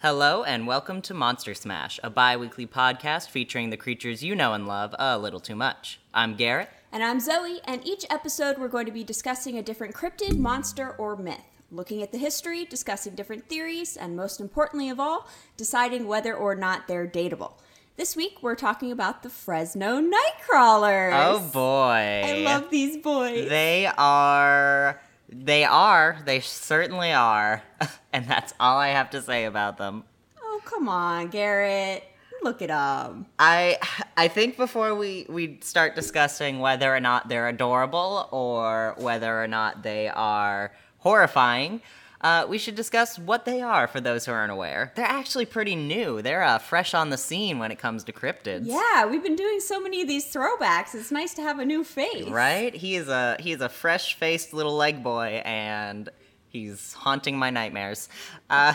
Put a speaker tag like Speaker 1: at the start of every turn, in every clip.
Speaker 1: Hello and welcome to Monster Smash, a bi weekly podcast featuring the creatures you know and love a little too much. I'm Garrett.
Speaker 2: And I'm Zoe, and each episode we're going to be discussing a different cryptid, monster, or myth, looking at the history, discussing different theories, and most importantly of all, deciding whether or not they're dateable. This week we're talking about the Fresno Nightcrawlers.
Speaker 1: Oh boy.
Speaker 2: I love these boys.
Speaker 1: They are. They are. They certainly are. and that's all I have to say about them.
Speaker 2: oh, come on, Garrett. Look at them.
Speaker 1: I I think before we, we start discussing whether or not they're adorable or whether or not they are horrifying, uh, we should discuss what they are for those who aren't aware. They're actually pretty new. They're uh, fresh on the scene when it comes to cryptids.
Speaker 2: Yeah, we've been doing so many of these throwbacks. It's nice to have a new face.
Speaker 1: Right? He is a he is a fresh faced little leg boy, and he's haunting my nightmares. Uh,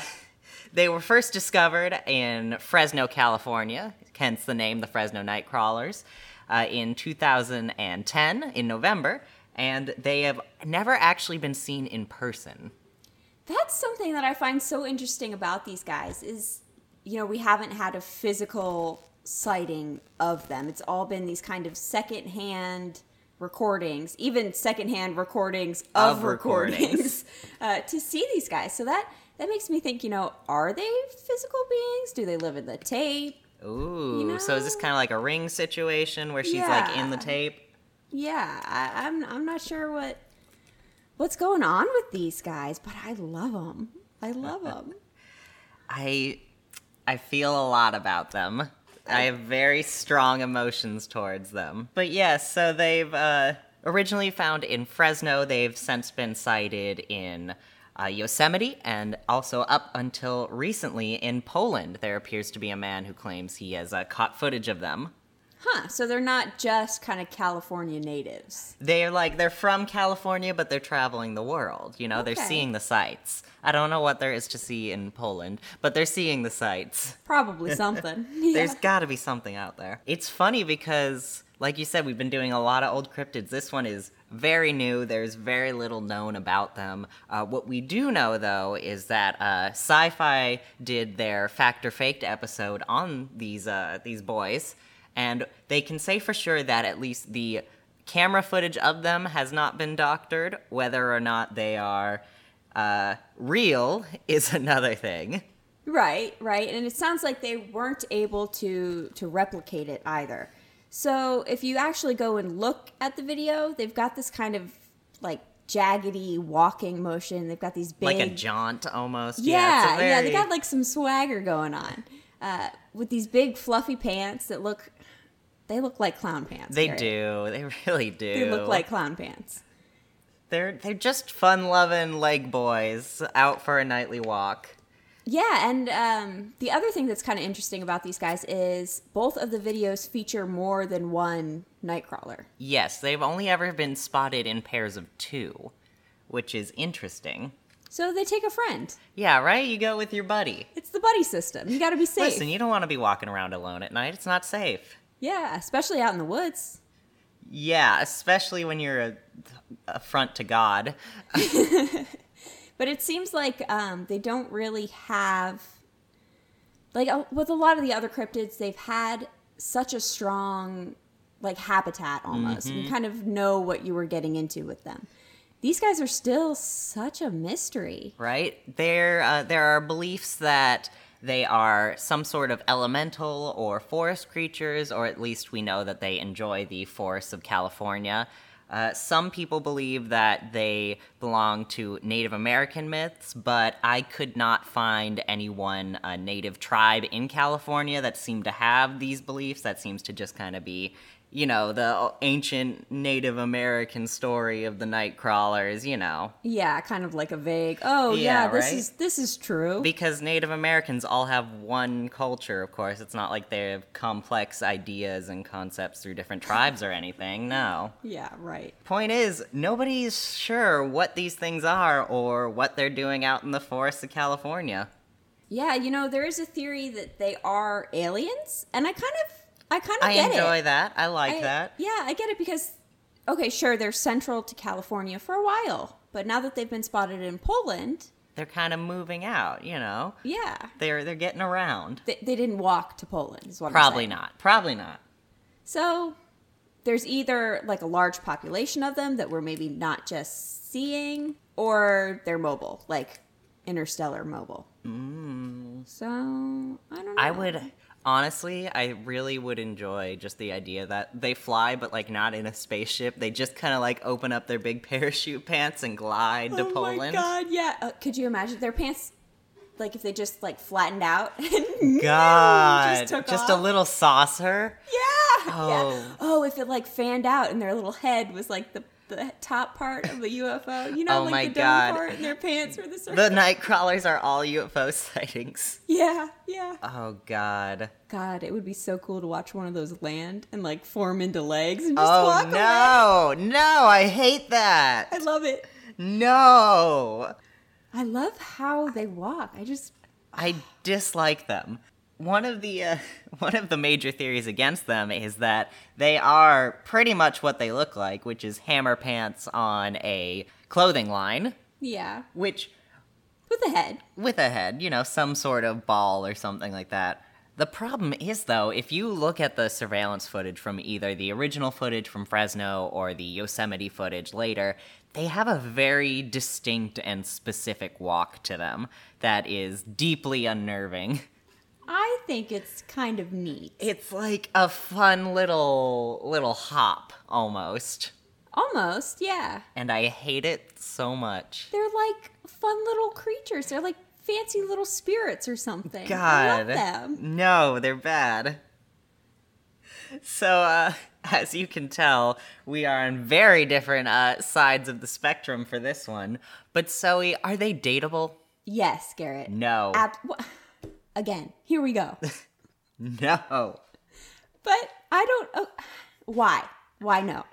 Speaker 1: they were first discovered in Fresno, California, hence the name the Fresno Nightcrawlers, uh, in 2010 in November, and they have never actually been seen in person.
Speaker 2: That's something that I find so interesting about these guys is, you know, we haven't had a physical sighting of them. It's all been these kind of secondhand recordings, even secondhand recordings of,
Speaker 1: Of recordings.
Speaker 2: recordings, uh, to see these guys. So that that makes me think, you know, are they physical beings? Do they live in the tape?
Speaker 1: Ooh,
Speaker 2: You
Speaker 1: so is this
Speaker 2: know-
Speaker 1: kind of like a ring situation where she's like in the
Speaker 2: Yeah.
Speaker 1: tape?
Speaker 2: Yeah, I, I'm I'm not sure what what's going on with these guys, but I love them. I love them.
Speaker 1: I I feel a lot about them. I have very strong emotions towards them. But yes, so they've uh, originally found in Fresno. They've since been sighted in uh, Yosemite and also up until recently in Poland. There appears to be a man who claims he has uh, caught footage of them.
Speaker 2: Huh, so they're not just kind of California natives.
Speaker 1: They're like they're from California, but they're traveling the world. You know, they're
Speaker 2: Okay.
Speaker 1: seeing the sights. I don't know what there is to see in Poland, but they're seeing the sights.
Speaker 2: Probably something.
Speaker 1: There's got to be something out there. It's funny because, like you said, we've been doing a lot of old cryptids. This one is very new. There's very little known about them. Uh, what we do know, though, is that uh, Sci-Fi did their Fact or Faked episode on these uh, these boys, and they can say for sure that at least the camera footage of them has not been doctored. Whether or not they are uh, real is another thing.
Speaker 2: right, right. And it sounds like they weren't able to to replicate it either. So if you actually go and look at the video, they've got this kind of like jaggedy walking motion. They've got these big
Speaker 1: Like a jaunt almost.
Speaker 2: Yeah, yeah,
Speaker 1: it's a
Speaker 2: they
Speaker 1: very-
Speaker 2: got like some swagger going on uh, with these big fluffy pants that look. They look like clown pants.
Speaker 1: They
Speaker 2: Gary.
Speaker 1: do. They really do.
Speaker 2: They look like clown pants.
Speaker 1: they're they're just fun-loving leg boys out for a nightly walk.
Speaker 2: Yeah, and um, the other thing that's kind of interesting about these guys is both of the videos feature more than one Nightcrawler.
Speaker 1: Yes, they've only ever been spotted in pairs of two, which is interesting.
Speaker 2: So they take a friend.
Speaker 1: Yeah, right. You go with your buddy.
Speaker 2: It's the buddy system. You got to be safe.
Speaker 1: Listen, you don't want to be walking around alone at night. It's not safe.
Speaker 2: yeah, especially out in the woods.
Speaker 1: Yeah, especially when you're a, a front to God.
Speaker 2: But it seems like um, they don't really have, like uh, with a lot of the other cryptids, they've had such a strong like habitat almost. You kind of know what you were getting into with them. These guys are still such a mystery.
Speaker 1: right? There, uh, there are beliefs that they are some sort of elemental or forest creatures, or at least we know that they enjoy the forests of California. Uh, some people believe that they belong to Native American myths, but I could not find any one uh, Native tribe in California that seemed to have these beliefs. That seems to just kind of be, you know, the ancient Native American story of the Nightcrawlers, you know.
Speaker 2: Yeah, kind of like a vague. Oh
Speaker 1: Yeah,
Speaker 2: yeah, this
Speaker 1: right?
Speaker 2: is this is true.
Speaker 1: because Native Americans all have one culture, of course. It's not like they have complex ideas and concepts through different tribes or anything. No.
Speaker 2: yeah, right.
Speaker 1: Point is, nobody's sure what these things are or what they're doing out in the forests of California.
Speaker 2: Yeah, you know there is a theory that they are aliens, and I kind of I kind of
Speaker 1: I
Speaker 2: get
Speaker 1: enjoy
Speaker 2: it.
Speaker 1: that. I like
Speaker 2: I-
Speaker 1: that.
Speaker 2: Yeah, I get it because, okay, sure, they're central to California for a while, but now that they've been spotted in Poland,
Speaker 1: they're kind of moving out, you know.
Speaker 2: Yeah.
Speaker 1: They're they're getting around.
Speaker 2: They, they didn't walk to Poland, is what
Speaker 1: Probably
Speaker 2: I'm saying.
Speaker 1: not. Probably not.
Speaker 2: So there's either like a large population of them that we're maybe not just seeing, or they're mobile, like interstellar mobile. Mm. So I don't know.
Speaker 1: I would honestly, I really would enjoy just the idea that they fly, but like not in a spaceship. They just kind of like open up their big parachute pants and glide to
Speaker 2: oh my
Speaker 1: Poland.
Speaker 2: god! Yeah, uh, could you imagine their pants? Like if they just like flattened out and
Speaker 1: God,
Speaker 2: just took
Speaker 1: a
Speaker 2: off?
Speaker 1: little saucer.
Speaker 2: Yeah.
Speaker 1: Oh.
Speaker 2: Yeah. Oh, if it like fanned out and their little head was like the, the top part of the UFO, you know,
Speaker 1: Oh
Speaker 2: like
Speaker 1: my
Speaker 2: the
Speaker 1: God.
Speaker 2: dome part and their pants were the circle.
Speaker 1: The night crawlers are all UFO sightings.
Speaker 2: yeah. Yeah.
Speaker 1: Oh God.
Speaker 2: God, it would be so cool to watch one of those land and like form into legs and just
Speaker 1: oh
Speaker 2: walk away.
Speaker 1: no, no, I hate that.
Speaker 2: I love it.
Speaker 1: No.
Speaker 2: I love how they walk. I just
Speaker 1: I dislike them. One of the uh, one of the major theories against them is that they are pretty much what they look like, which is hammer pants on a clothing line,
Speaker 2: yeah,
Speaker 1: which
Speaker 2: with a head.
Speaker 1: with a head, you know, some sort of ball or something like that. The problem is though, if you look at the surveillance footage from either the original footage from Fresno or the Yosemite footage later, they have a very distinct and specific walk to them that is deeply unnerving.
Speaker 2: I think it's kind of neat.
Speaker 1: It's like a fun little little hop almost.
Speaker 2: Almost, yeah.
Speaker 1: And I hate it so much.
Speaker 2: They're like fun little creatures. They're like fancy little spirits or something. I love
Speaker 1: God.
Speaker 2: them.
Speaker 1: No, they're bad. So uh as you can tell, we are on very different uh, sides of the spectrum for this one. But Zoe, are they dateable?
Speaker 2: Yes, Garrett.
Speaker 1: No.
Speaker 2: Ab- wha- Again, here we go.
Speaker 1: No.
Speaker 2: But I don't. Oh, why? Why no?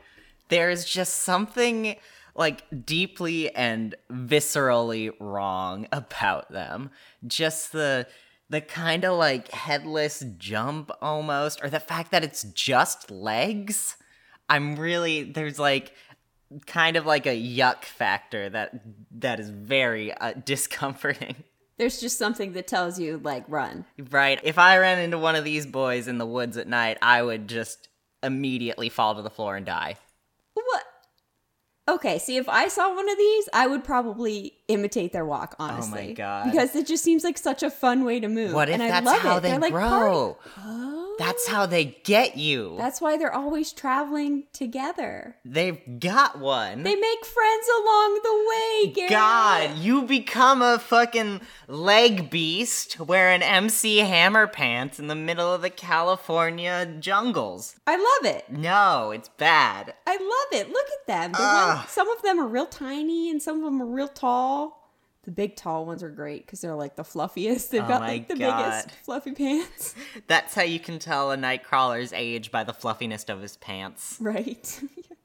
Speaker 1: there's just something like deeply and viscerally wrong about them just the the kind of like headless jump almost or the fact that it's just legs i'm really there's like kind of like a yuck factor that that is very uh, discomforting
Speaker 2: There's just something that tells you like run.
Speaker 1: right if i ran into one of these boys in the woods at night i would just immediately fall to the floor and die
Speaker 2: What? Okay, see, if I saw one of these, I would probably imitate their walk, honestly.
Speaker 1: Oh God.
Speaker 2: Because it just seems like such a fun way to move.
Speaker 1: What if
Speaker 2: and I
Speaker 1: that's
Speaker 2: love
Speaker 1: how
Speaker 2: it.
Speaker 1: they
Speaker 2: They're like party-
Speaker 1: grow?
Speaker 2: Oh,
Speaker 1: That's how they get you.
Speaker 2: that's why they're always traveling together.
Speaker 1: They've got one.
Speaker 2: They make friends along the way, Garrett.
Speaker 1: God, you become a fucking leg beast wearing MC Hammer pants in the middle of the California jungles.
Speaker 2: I love it.
Speaker 1: No, it's bad.
Speaker 2: I love it. Look at them. The
Speaker 1: Ugh.
Speaker 2: one, some of them are real tiny and some of them are real tall. The big tall ones are great because they're like the fluffiest. They've
Speaker 1: Oh
Speaker 2: got
Speaker 1: my
Speaker 2: like the
Speaker 1: God.
Speaker 2: biggest fluffy pants.
Speaker 1: That's how you can tell a nightcrawler's age by the fluffiness of his pants.
Speaker 2: Right.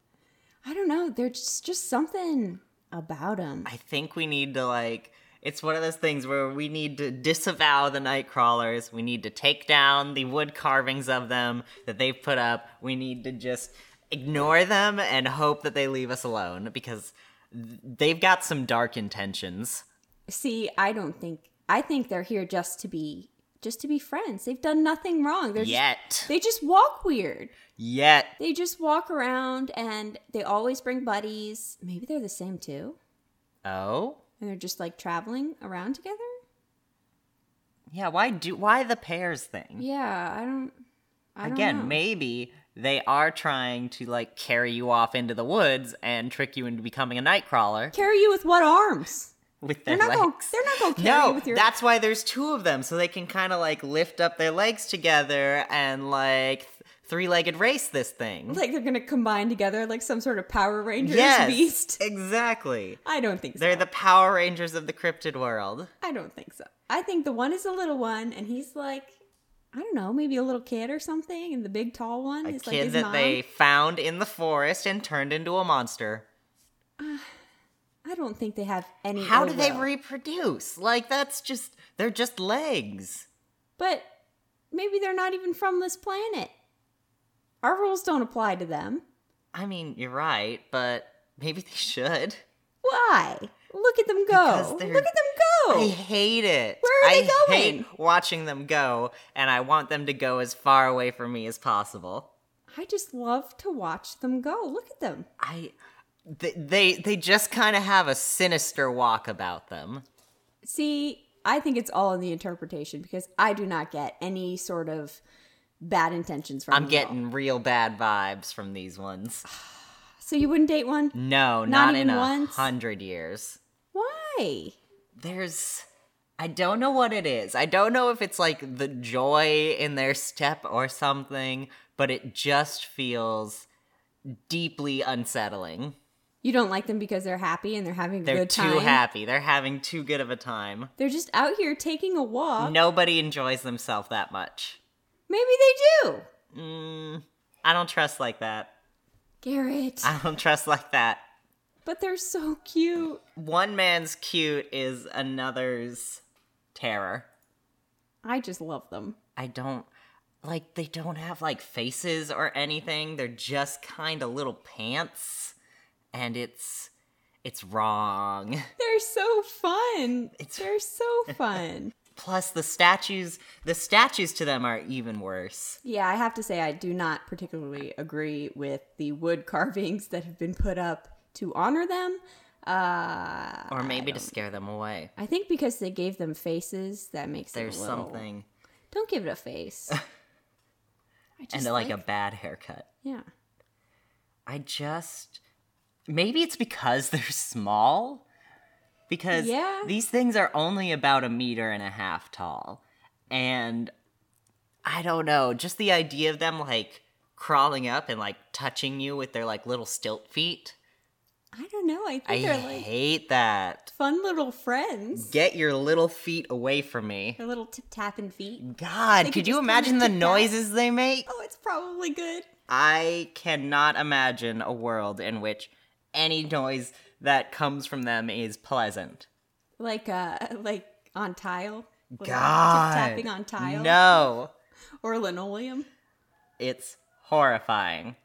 Speaker 2: I don't know. There's just, just something about them.
Speaker 1: I think we need to like it's one of those things where we need to disavow the night crawlers. We need to take down the wood carvings of them that they've put up. We need to just ignore them and hope that they leave us alone because th- they've got some dark intentions.
Speaker 2: See, I don't think. I think they're here just to be just to be friends. They've done nothing wrong. They're
Speaker 1: Yet.
Speaker 2: Just, they just walk weird.
Speaker 1: Yet.
Speaker 2: They just walk around and they always bring buddies. Maybe they're the same too.
Speaker 1: Oh.
Speaker 2: And they're just like traveling around together?
Speaker 1: Yeah, why do why the pairs thing?
Speaker 2: Yeah, I don't I don't know.
Speaker 1: Again, maybe they are trying to like carry you off into the woods and trick you into becoming a night crawler
Speaker 2: carry you with what arms?
Speaker 1: with their
Speaker 2: They're not
Speaker 1: legs.
Speaker 2: going they're not going to carry you
Speaker 1: No,
Speaker 2: with your
Speaker 1: that's why there's two of them, so they can kind of like lift up their legs together and like th- three-legged race this thing.
Speaker 2: like they're going to combine together like some sort of Power Rangers
Speaker 1: yes,
Speaker 2: beast.
Speaker 1: exactly.
Speaker 2: I don't think so.
Speaker 1: They're the Power Rangers of the cryptid world.
Speaker 2: I don't think so. I think the one is a little one, and he's like, I don't know, maybe a little kid or something, and the big tall one
Speaker 1: A
Speaker 2: is like
Speaker 1: kid
Speaker 2: his
Speaker 1: that
Speaker 2: mom.
Speaker 1: they found in the forest and turned into a monster.
Speaker 2: I oh, don't think they have any.
Speaker 1: How
Speaker 2: ill
Speaker 1: do they
Speaker 2: will.
Speaker 1: reproduce? Like that's just they're just legs.
Speaker 2: But maybe they're not even from this planet. Our rules don't apply to them.
Speaker 1: I mean, you're right, but maybe they should.
Speaker 2: Why? Look at them
Speaker 1: Because
Speaker 2: go! Look at
Speaker 1: they're-
Speaker 2: them go?
Speaker 1: I hate it.
Speaker 2: Oh. Where are
Speaker 1: I
Speaker 2: they going?
Speaker 1: hate watching them go, and I want them to go as far away from me as possible.
Speaker 2: I just love to watch them go. Look at them.
Speaker 1: I, th- they, they just kind of have a sinister walk about them.
Speaker 2: See, I think it's all in the interpretation because I do not get any sort of bad intentions from
Speaker 1: I'm
Speaker 2: them at all.
Speaker 1: getting real bad vibes from these ones.
Speaker 2: So you wouldn't date one?
Speaker 1: No,
Speaker 2: Not
Speaker 1: not, in
Speaker 2: even
Speaker 1: a
Speaker 2: once?
Speaker 1: hundred years.
Speaker 2: Why?
Speaker 1: There's, I don't know what it is. I don't know if it's like the joy in their step or something, but it just feels deeply unsettling.
Speaker 2: You don't like them because they're happy and they're having a
Speaker 1: They're
Speaker 2: good
Speaker 1: too
Speaker 2: time.
Speaker 1: happy. They're having too good of a time.
Speaker 2: They're just out here taking a walk.
Speaker 1: Nobody enjoys themselves that much.
Speaker 2: Maybe they do.
Speaker 1: Mm, I don't trust like that.
Speaker 2: Garrett.
Speaker 1: I don't trust like that.
Speaker 2: but they're so cute.
Speaker 1: One man's cute is another's terror.
Speaker 2: I just love them.
Speaker 1: I don't like they don't have like faces or anything. They're just kind of little pants and it's it's wrong.
Speaker 2: They're so fun.
Speaker 1: It's-
Speaker 2: They're so fun.
Speaker 1: Plus the statues, the statues to them are even worse.
Speaker 2: yeah, I have to say I do not particularly agree with the wood carvings that have been put up to honor them. Uh,
Speaker 1: Or maybe to scare them away.
Speaker 2: I think because they gave them faces, that makes
Speaker 1: There's
Speaker 2: it a little-
Speaker 1: something
Speaker 2: Don't give it a face. I just
Speaker 1: and like, a bad haircut.
Speaker 2: yeah.
Speaker 1: I just maybe it's because they're small because
Speaker 2: Yeah.
Speaker 1: these things are only about a meter and a half tall and I don't know just the idea of them like crawling up and like touching you with their like little stilt feet
Speaker 2: I don't know. I think
Speaker 1: I
Speaker 2: they're like
Speaker 1: hate that
Speaker 2: fun little friends.
Speaker 1: get your little feet away from me
Speaker 2: Their little tip tapping feet.
Speaker 1: god
Speaker 2: could
Speaker 1: could you
Speaker 2: just kinda
Speaker 1: imagine the
Speaker 2: tic-tac.
Speaker 1: noises they make
Speaker 2: Oh, it's probably good.
Speaker 1: I cannot imagine a world in which any noise that comes from them is pleasant.
Speaker 2: Like uh like on tile. Little
Speaker 1: God.
Speaker 2: Tip-tapping on tile
Speaker 1: No.
Speaker 2: or linoleum.
Speaker 1: It's horrifying.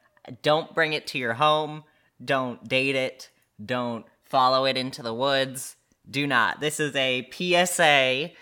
Speaker 1: Don't bring it to your home. Don't date it. Don't follow it into the woods. Do not. This is a PSA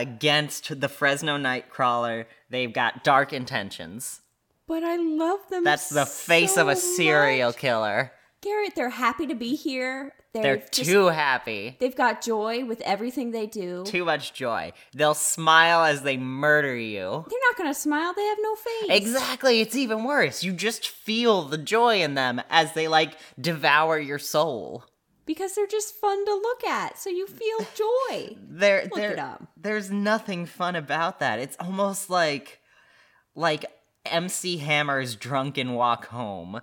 Speaker 1: against the Fresno Nightcrawler. They've got dark intentions.
Speaker 2: But I love them.
Speaker 1: That's the face of a
Speaker 2: so
Speaker 1: serial
Speaker 2: much.
Speaker 1: killer.
Speaker 2: Garrett, they're happy to be here. They're,
Speaker 1: They're
Speaker 2: just-
Speaker 1: too happy.
Speaker 2: They've got joy with everything they do.
Speaker 1: too much joy. They'll smile as they murder you.
Speaker 2: they're not gonna smile. They have no face.
Speaker 1: Exactly, it's even worse. You just feel the joy in them as they like devour your soul.
Speaker 2: because they're just fun to look at. So you feel joy.
Speaker 1: There
Speaker 2: it up.
Speaker 1: there there's nothing fun about that. It's almost like like MC Hammer's drunken walk home,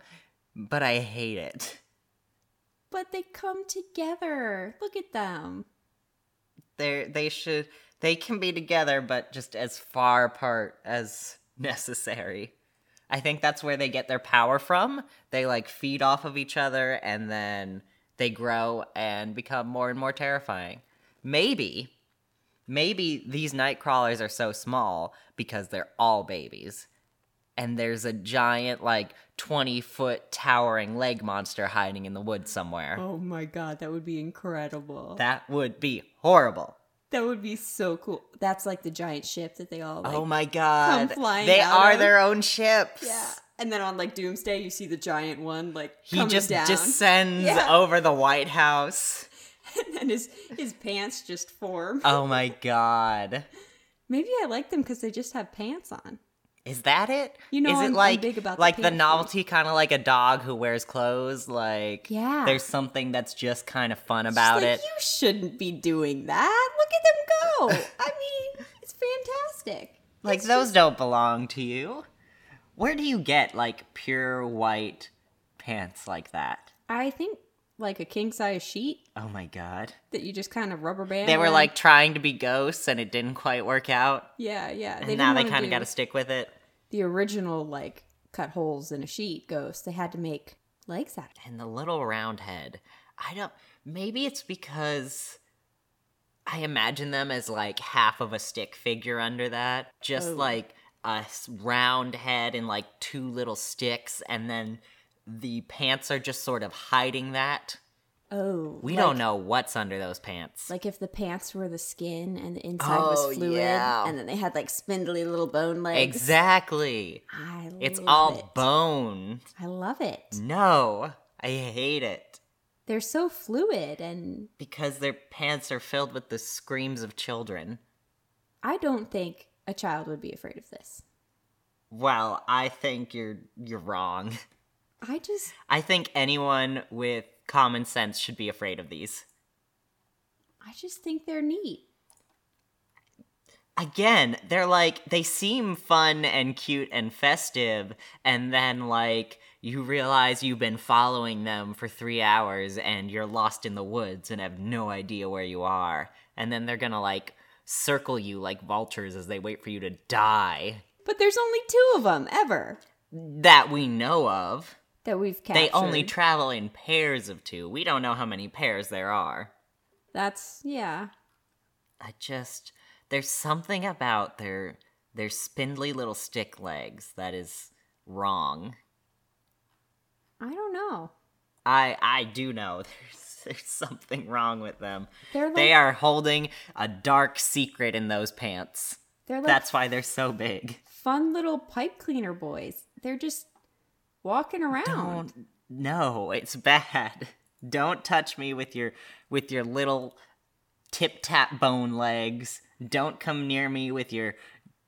Speaker 1: but I hate it.
Speaker 2: but they come together. Look at them.
Speaker 1: They they should they can be together but just as far apart as necessary. I think that's where they get their power from. They like feed off of each other and then they grow and become more and more terrifying. Maybe maybe these night crawlers are so small because they're all babies. And there's a giant like 20 foot towering leg monster hiding in the woods somewhere.
Speaker 2: Oh my god, that would be incredible. That,
Speaker 1: That would be horrible.
Speaker 2: would be so cool. That's like the giant ship that they all like.
Speaker 1: oh my god
Speaker 2: flying
Speaker 1: they
Speaker 2: out
Speaker 1: are
Speaker 2: of-
Speaker 1: their own ships
Speaker 2: yeah. And then on like Doomsday, you see the giant one like
Speaker 1: he
Speaker 2: coming
Speaker 1: just
Speaker 2: down,
Speaker 1: descends
Speaker 2: Yeah.
Speaker 1: over the white house
Speaker 2: and his his pants just form.
Speaker 1: oh my god
Speaker 2: Maybe I like them because they just have pants on.
Speaker 1: is that it
Speaker 2: You know,
Speaker 1: is it
Speaker 2: I'm- I'm
Speaker 1: like
Speaker 2: big about the
Speaker 1: like the,
Speaker 2: pants.
Speaker 1: novelty kind of like a dog who wears clothes like
Speaker 2: Yeah.
Speaker 1: there's something that's just kind of fun
Speaker 2: Just
Speaker 1: about
Speaker 2: like,
Speaker 1: it
Speaker 2: You shouldn't be doing that. Look at them go. I mean, it's fantastic.
Speaker 1: like those don't belong to you where do you get like pure white pants like that
Speaker 2: I think like a king size sheet
Speaker 1: oh my god
Speaker 2: that you just kind of rubber band.
Speaker 1: they were
Speaker 2: around.
Speaker 1: like trying to be ghosts and it didn't quite work out
Speaker 2: yeah, yeah.
Speaker 1: and now they
Speaker 2: didn't wanna
Speaker 1: kind of
Speaker 2: do-
Speaker 1: got to stick with it
Speaker 2: the original like cut holes in a sheet ghost they had to make legs out of it
Speaker 1: and the little round head. I don't. Maybe it's because I imagine them as like half of a stick figure under that, just
Speaker 2: Oh.
Speaker 1: like a s- round head and like two little sticks, and then the pants are just sort of hiding that.
Speaker 2: Oh,
Speaker 1: We
Speaker 2: like-
Speaker 1: don't know what's under those pants.
Speaker 2: Like if the pants were the skin and the inside was
Speaker 1: Oh,
Speaker 2: fluid,
Speaker 1: yeah.
Speaker 2: and then they had like spindly little bone legs.
Speaker 1: exactly.
Speaker 2: I love
Speaker 1: It's all
Speaker 2: it.
Speaker 1: bone.
Speaker 2: I love it.
Speaker 1: No, I hate it
Speaker 2: They're so fluid, and
Speaker 1: because their pants are filled with the screams of children.
Speaker 2: I don't think a child would be afraid of this.
Speaker 1: Well, I think you're you're wrong.
Speaker 2: I just
Speaker 1: I think anyone with common sense should be afraid of these.
Speaker 2: I just think they're neat.
Speaker 1: Again, they're like they seem fun and cute and festive and then like you realize you've been following them for 3 hours and you're lost in the woods and have no idea where you are. And then they're going to like circle you like vultures as they wait for you to die
Speaker 2: But there's only two of them ever
Speaker 1: that we know of.
Speaker 2: that we've captured.
Speaker 1: They only travel in pairs of two. We don't know how many pairs there are.
Speaker 2: That's yeah.
Speaker 1: I just there's something about their their spindly little stick legs that is wrong.
Speaker 2: I don't know.
Speaker 1: I I do know there's there's something wrong with them.
Speaker 2: They're like
Speaker 1: They
Speaker 2: they
Speaker 1: are holding a dark secret in those pants.
Speaker 2: are like
Speaker 1: That's why they're so big.
Speaker 2: fun little pipe cleaner boys. They're just walking around.
Speaker 1: Don't no, it's bad. Don't touch me with your with your little tip tap bone legs. Don't come near me with your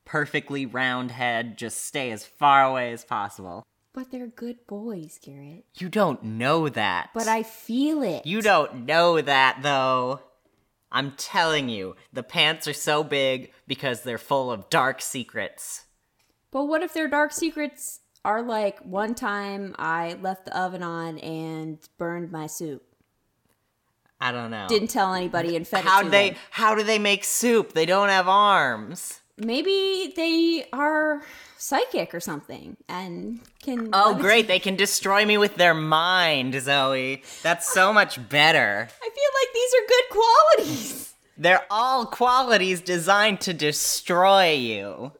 Speaker 1: perfectly round head. Just stay as far away as possible.
Speaker 2: But they're good boys, Garrett.
Speaker 1: You don't know that.
Speaker 2: But I feel it.
Speaker 1: You don't know that though. I'm telling you, the pants are so big because they're full of dark secrets.
Speaker 2: But what if their dark secrets are like one time I left the oven on and burned my soup.
Speaker 1: I don't know.
Speaker 2: Didn't tell anybody and fed
Speaker 1: how
Speaker 2: it
Speaker 1: do
Speaker 2: to
Speaker 1: Oh. they
Speaker 2: them.
Speaker 1: how do they make soup? They don't have arms.
Speaker 2: Maybe they are psychic or something and can
Speaker 1: Oh,
Speaker 2: levitate-
Speaker 1: great. They can destroy me with their mind, Zoe. That's so much better.
Speaker 2: I feel like these are good qualities.
Speaker 1: They're all qualities designed to destroy you.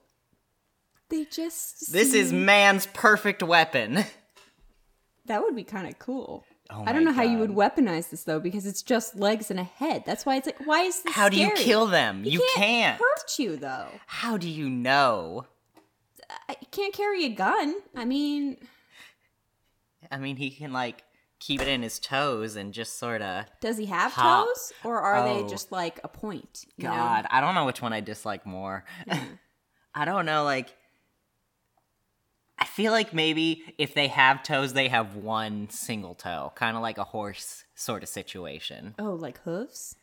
Speaker 2: They just
Speaker 1: This is
Speaker 2: seem-
Speaker 1: man's perfect weapon.
Speaker 2: That would be kind of cool.
Speaker 1: Oh
Speaker 2: I don't
Speaker 1: my
Speaker 2: know how you would weaponize this though because it's just legs and a head. That's why it's like why is this
Speaker 1: How do you
Speaker 2: scary?
Speaker 1: kill them? You, can't.
Speaker 2: hurt you though.
Speaker 1: How do you know?
Speaker 2: I you can't carry a gun. I mean,
Speaker 1: I mean, he can, like, keep it in his toes and just sort of.
Speaker 2: Does he have
Speaker 1: Hop.
Speaker 2: toes, or are
Speaker 1: Oh.
Speaker 2: they just like a point? you know?
Speaker 1: God, I don't know which one I dislike more. I don't know, like. I feel like maybe if they have toes, they have one single toe, kind of like a horse sort of situation.
Speaker 2: Oh, like hooves.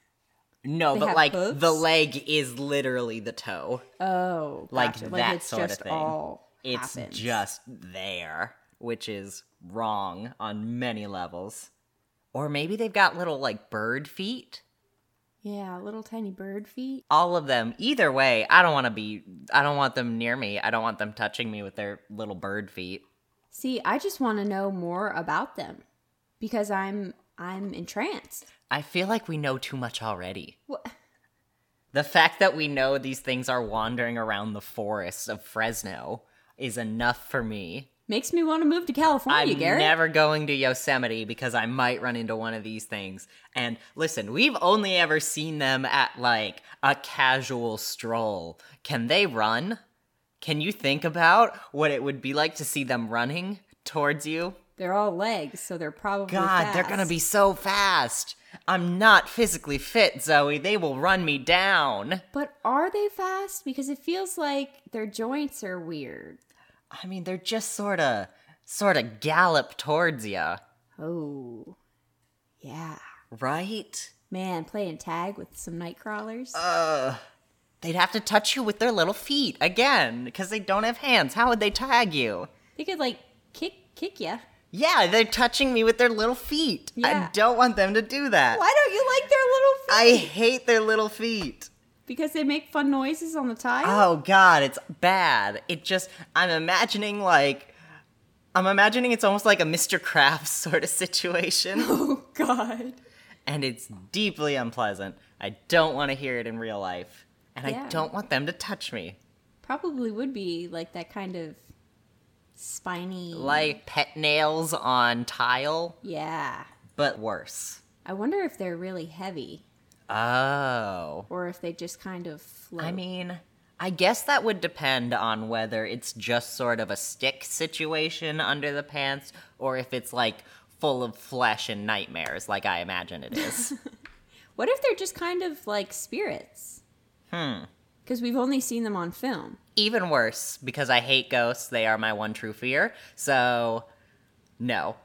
Speaker 1: No,
Speaker 2: They
Speaker 1: but
Speaker 2: have
Speaker 1: like
Speaker 2: hooves?
Speaker 1: the leg is literally the toe.
Speaker 2: Oh,
Speaker 1: Like
Speaker 2: gotcha.
Speaker 1: that
Speaker 2: like it's
Speaker 1: sort of
Speaker 2: just
Speaker 1: thing.
Speaker 2: all.
Speaker 1: It's
Speaker 2: happens.
Speaker 1: just there, which is wrong on many levels. Or maybe they've got little like bird feet.
Speaker 2: yeah, little tiny bird feet.
Speaker 1: All of them. Either way, I don't want to be. I don't want them near me. I don't want them touching me with their little bird feet.
Speaker 2: See, I just want to know more about them because I'm I'm entranced.
Speaker 1: I feel like we know too much already.
Speaker 2: What?
Speaker 1: The fact that we know these things are wandering around the forests of Fresno is enough for me.
Speaker 2: Makes me want to move to California,
Speaker 1: I'm
Speaker 2: Garrett.
Speaker 1: never going to Yosemite because I might run into one of these things. And listen, we've only ever seen them at like a casual stroll. Can they run? Can you think about what it would be like to see them running towards you?
Speaker 2: They're all legs, so they're probably
Speaker 1: God, they're
Speaker 2: fast.
Speaker 1: gonna be so fast. I'm not physically fit, Zoe. They will run me down.
Speaker 2: But are they fast? Because it feels like their joints are weird.
Speaker 1: I mean, they're just sort of, sort of gallop towards you,
Speaker 2: Oh, yeah.
Speaker 1: right?
Speaker 2: Man, playing tag with some night crawlers.
Speaker 1: Uh. They'd have to touch you with their little feet again because they don't have hands. How would they tag you?
Speaker 2: They could like kick kick you.
Speaker 1: Yeah, they're touching me with their little feet.
Speaker 2: Yeah.
Speaker 1: I don't want them to do that.
Speaker 2: Why don't you like their little feet?
Speaker 1: I hate their little feet.
Speaker 2: because they make fun noises on the tile.
Speaker 1: Oh god, it's bad. It just I'm imagining like I'm imagining it's almost like a Mr. Krabs sort of situation
Speaker 2: Oh God.
Speaker 1: and it's deeply unpleasant. I don't want to hear it in real life and I
Speaker 2: Yeah.
Speaker 1: don't want them to touch me.
Speaker 2: Probably would be like that kind of spiny.
Speaker 1: Like pet nails on tile,
Speaker 2: yeah.
Speaker 1: but worse.
Speaker 2: I wonder if they're really heavy
Speaker 1: Oh.
Speaker 2: or if they just kind of float.
Speaker 1: I mean, I guess that would depend on whether it's just sort of a stick situation under the pants or if it's like full of flesh and nightmares, like I imagine it is.
Speaker 2: what if they're just kind of like spirits?
Speaker 1: hmm.
Speaker 2: Because we've only seen them on film.
Speaker 1: Even worse, because I hate ghosts, they are my one true fear. So, no.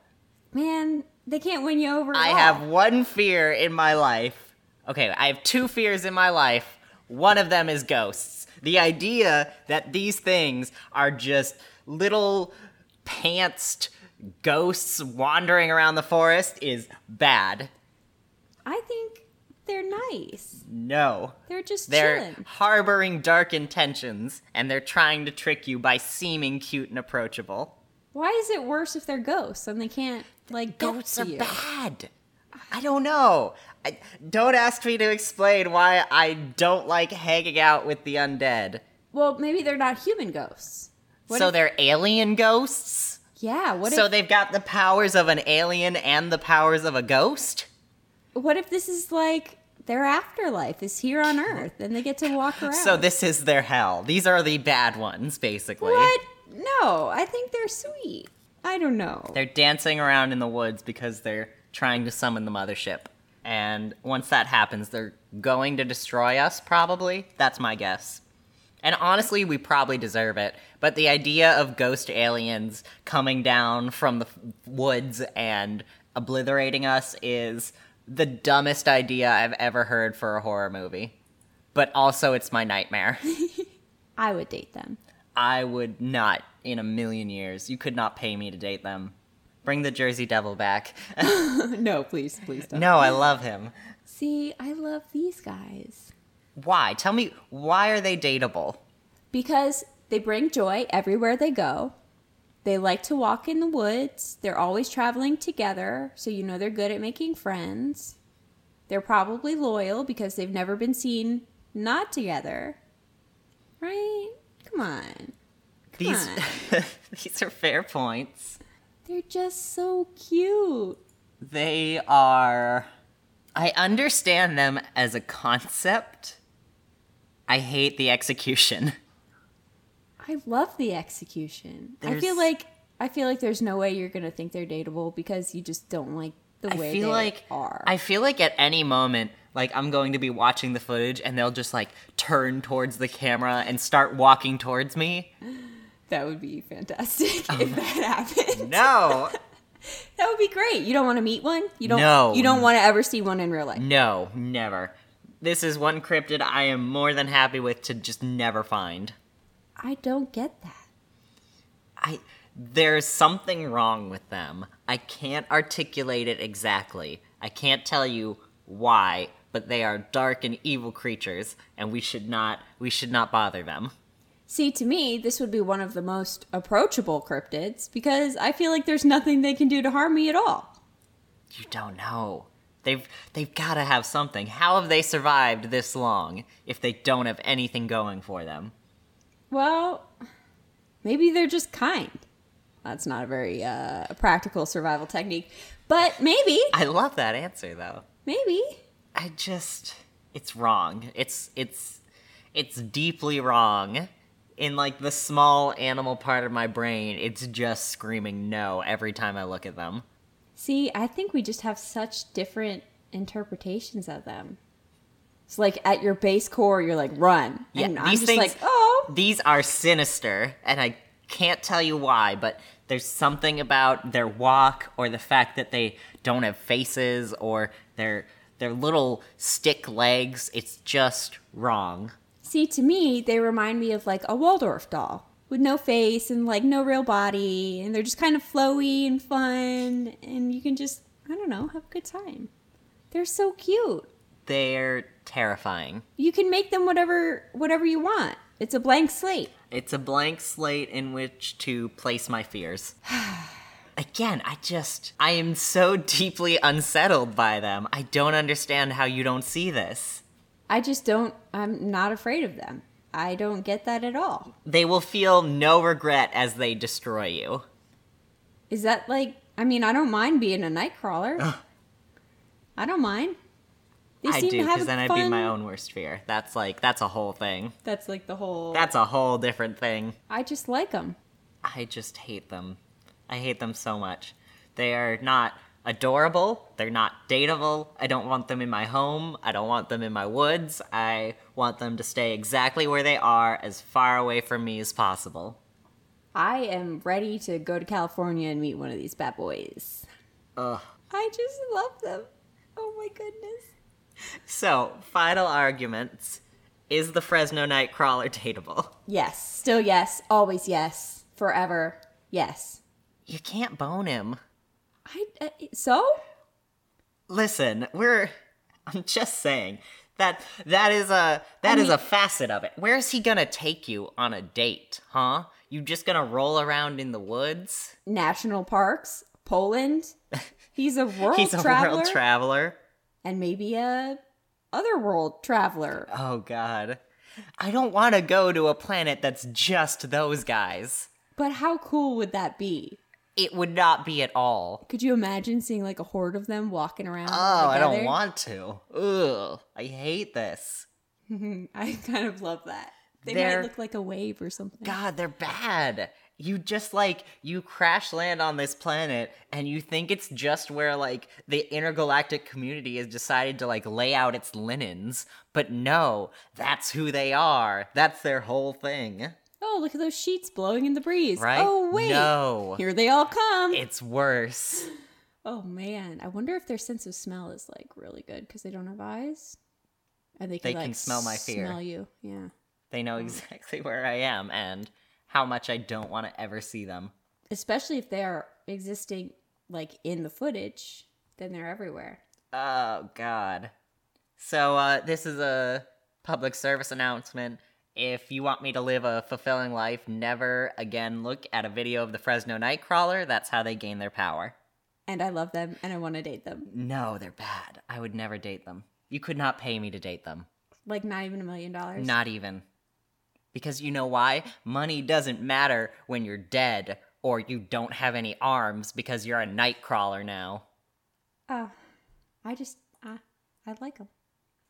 Speaker 2: Man, they can't win you over. at
Speaker 1: I
Speaker 2: all.
Speaker 1: have one fear in my life. Okay, I have two fears in my life. One of them is ghosts. The idea that these things are just little pantsed ghosts wandering around the forest is bad.
Speaker 2: I think they're nice.
Speaker 1: No.
Speaker 2: They're just
Speaker 1: They're
Speaker 2: chilling.
Speaker 1: harboring dark intentions and they're trying to trick you by seeming cute and approachable.
Speaker 2: Why is it worse if they're ghosts and they can't like get
Speaker 1: goats
Speaker 2: to
Speaker 1: are
Speaker 2: you?
Speaker 1: bad. I don't know. I, don't ask me to explain why I don't like hanging out with the undead.
Speaker 2: Well, maybe they're not human ghosts. What
Speaker 1: so
Speaker 2: if-
Speaker 1: they're alien ghosts?
Speaker 2: Yeah. What
Speaker 1: so
Speaker 2: if
Speaker 1: they've got the powers of an alien and the powers of a ghost?
Speaker 2: what if this is like their afterlife is here on Earth and they get to walk around?
Speaker 1: So this is their hell. These are the bad ones, basically.
Speaker 2: what? No, I think they're sweet. I don't know.
Speaker 1: They're dancing around in the woods because they're trying to summon the mothership. And once that happens, they're going to destroy us, probably. That's my guess. And honestly, we probably deserve it. But the idea of ghost aliens coming down from the f- woods and obliterating us is the dumbest idea I've ever heard for a horror movie. But also, it's my nightmare.
Speaker 2: I would date them.
Speaker 1: I would not in a million years. You could not pay me to date them. Bring the Jersey Devil back.
Speaker 2: no, please, please don't.
Speaker 1: No, I love him.
Speaker 2: See, I love these guys
Speaker 1: Why? Tell me, why are they dateable?
Speaker 2: because they bring joy everywhere they go. They like to walk in the woods. They're always traveling together, so you know they're good at making friends. They're probably loyal because they've never been seen not together. Right? Come on.
Speaker 1: These
Speaker 2: Hmm.
Speaker 1: these are fair points.
Speaker 2: They're just so cute.
Speaker 1: They are I understand them as a concept. I hate the execution.
Speaker 2: I love the execution. I feel
Speaker 1: There's-
Speaker 2: like I feel like there's no way you're gonna think they're dateable because you just don't like the
Speaker 1: I
Speaker 2: way
Speaker 1: feel
Speaker 2: they
Speaker 1: like
Speaker 2: are.
Speaker 1: I feel like at any moment like I'm going to be watching the footage and they'll just like turn towards the camera and start walking towards me.
Speaker 2: that would be fantastic if that happened.
Speaker 1: No.
Speaker 2: That would be great. You don't want to meet one. You don't.
Speaker 1: No.
Speaker 2: You don't want to ever see one in real life.
Speaker 1: No, never. This is one cryptid I am more than happy with to just never find.
Speaker 2: I don't get that.
Speaker 1: I there's something wrong with them. I can't articulate it exactly. I can't tell you why, but they are dark and evil creatures and we should not we should not bother them.
Speaker 2: See, to me, this would be one of the most approachable cryptids because I feel like there's nothing they can do to harm me at all.
Speaker 1: You don't know. They've they've got to have something. How have they survived this long if they don't have anything going for them?
Speaker 2: Well, maybe they're just kind. That's not a very uh, practical survival technique, but maybe,
Speaker 1: I love that answer though.
Speaker 2: maybe.
Speaker 1: I just it's wrong. It's it's it's deeply wrong. In like the small animal part of my brain, it's just screaming no every time I look at them.
Speaker 2: See, I think we just have such different interpretations of them. It's like at your base core, you're like run,
Speaker 1: Yeah,
Speaker 2: and I'm
Speaker 1: these
Speaker 2: just
Speaker 1: things-
Speaker 2: like, oh,
Speaker 1: These are sinister, and I can't tell you why, but there's something about their walk or the fact that they don't have faces or their their little stick legs. It's just wrong.
Speaker 2: See, to me, they remind me of like a Waldorf doll with no face and like no real body, and they're just kind of flowy and fun, and you can just, I don't know, have a good time. They're so cute.
Speaker 1: They're terrifying.
Speaker 2: You can make them whatever whatever you want. It's a blank slate.
Speaker 1: It's a blank slate in which to place my fears. Again, I just, I am so deeply unsettled by them. I don't understand how you don't see this.
Speaker 2: I just don't I'm not afraid of them. I don't get that at all.
Speaker 1: They will feel no regret as they destroy you.
Speaker 2: Is that like I mean, I don't mind being a nightcrawler. I don't mind. They
Speaker 1: I
Speaker 2: seem
Speaker 1: do
Speaker 2: to have
Speaker 1: because then I'd
Speaker 2: fun.
Speaker 1: be my own worst fear. That's like that's a whole thing.
Speaker 2: That's like the whole.
Speaker 1: That's a whole different thing.
Speaker 2: I just like them.
Speaker 1: I just hate them. I hate them so much. They are not adorable. They're not dateable. I don't want them in my home. I don't want them in my woods. I want them to stay exactly where they are, as far away from me as possible.
Speaker 2: I am ready to go to California and meet one of these bad boys.
Speaker 1: Ugh.
Speaker 2: I just love them. Oh my goodness.
Speaker 1: So, final arguments is the Fresno Nightcrawler dateable?
Speaker 2: Yes. Still yes. Always yes. Forever yes.
Speaker 1: You can't bone him.
Speaker 2: I uh, so
Speaker 1: Listen, we're. I'm just saying that that is a that is a facet of it. Where is he gonna take you on a date, huh? You just gonna roll around in the woods?
Speaker 2: national parks, Poland. He's a world
Speaker 1: He's a
Speaker 2: traveler
Speaker 1: world traveler.
Speaker 2: and maybe a other world traveler.
Speaker 1: Oh God, I don't want to go to a planet that's just those guys.
Speaker 2: But how cool would that be?
Speaker 1: It would not be at all.
Speaker 2: Could you imagine seeing like a horde of them walking around?
Speaker 1: Oh, I don't
Speaker 2: together?
Speaker 1: want to. Ugh, I hate this.
Speaker 2: I kind of love that. They
Speaker 1: They're-
Speaker 2: might look like a wave or something.
Speaker 1: God, they're bad. You just like you crash land on this planet and you think it's just where like the intergalactic community has decided to like lay out its linens, but no, that's who they are. That's their whole thing.
Speaker 2: Oh, look at those sheets blowing in the breeze.
Speaker 1: Right?
Speaker 2: Oh, wait.
Speaker 1: No.
Speaker 2: Here they all come.
Speaker 1: It's worse.
Speaker 2: oh, man. I wonder if their sense of smell is like really good because they don't have eyes. And they can,
Speaker 1: They can
Speaker 2: like,
Speaker 1: smell my fear.
Speaker 2: Smell you. Yeah.
Speaker 1: They know exactly where I am and how much I don't want to ever see them.
Speaker 2: Especially if they are existing like in the footage, then they're everywhere.
Speaker 1: Oh God. So uh, this is a public service announcement. If you want me to live a fulfilling life, never again look at a video of the Fresno Nightcrawler. That's how they gain their power.
Speaker 2: And I love them and I want to date them.
Speaker 1: No, they're bad. I would never date them. You could not pay me to date them.
Speaker 2: Like, not even a million dollars.
Speaker 1: Not even. Because you know why? Money doesn't matter when you're dead or you don't have any arms because you're a nightcrawler now.
Speaker 2: Oh, I just, I, I like them.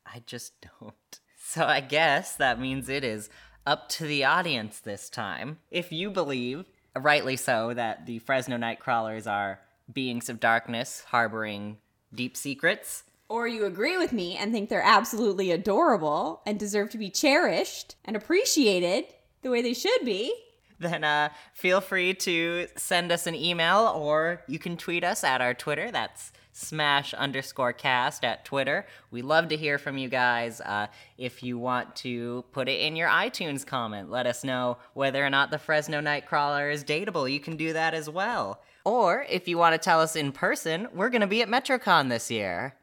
Speaker 1: I just don't. So I guess that means it is up to the audience this time. If you believe, rightly so, that the Fresno Nightcrawlers are beings of darkness harboring deep secrets,
Speaker 2: or you agree with me and think they're absolutely adorable and deserve to be cherished and appreciated the way they should be.
Speaker 1: then uh, feel free to send us an email or you can tweet us at our Twitter. That's smash underscore cast at Twitter. We love to hear from you guys. Uh, if you want to put it in your iTunes comment, let us know whether or not the Fresno Nightcrawler is dateable. You can do that as well. Or if you want to tell us in person, we're going to be at MetroCon this year.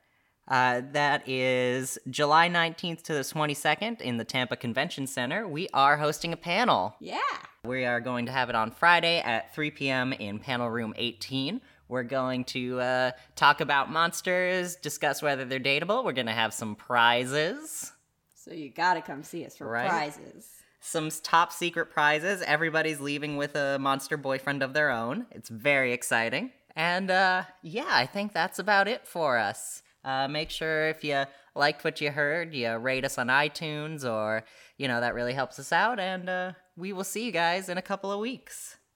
Speaker 1: Uh, that is July 19th to the 22nd in the Tampa Convention Center. We are hosting a panel.
Speaker 2: Yeah.
Speaker 1: We are going to have it on Friday at 3 p.m. in panel room 18. We're going to uh, talk about monsters, discuss whether they're dateable. We're going to have some prizes,
Speaker 2: So you gotta come see us for
Speaker 1: Right.
Speaker 2: prizes.
Speaker 1: some top secret prizes. Everybody's leaving with a monster boyfriend of their own. It's very exciting. And uh, yeah, I think that's about it for us. Uh, make sure if you liked what you heard, you rate us on iTunes or, you know, that really helps us out. And uh, we will see you guys in a couple of weeks.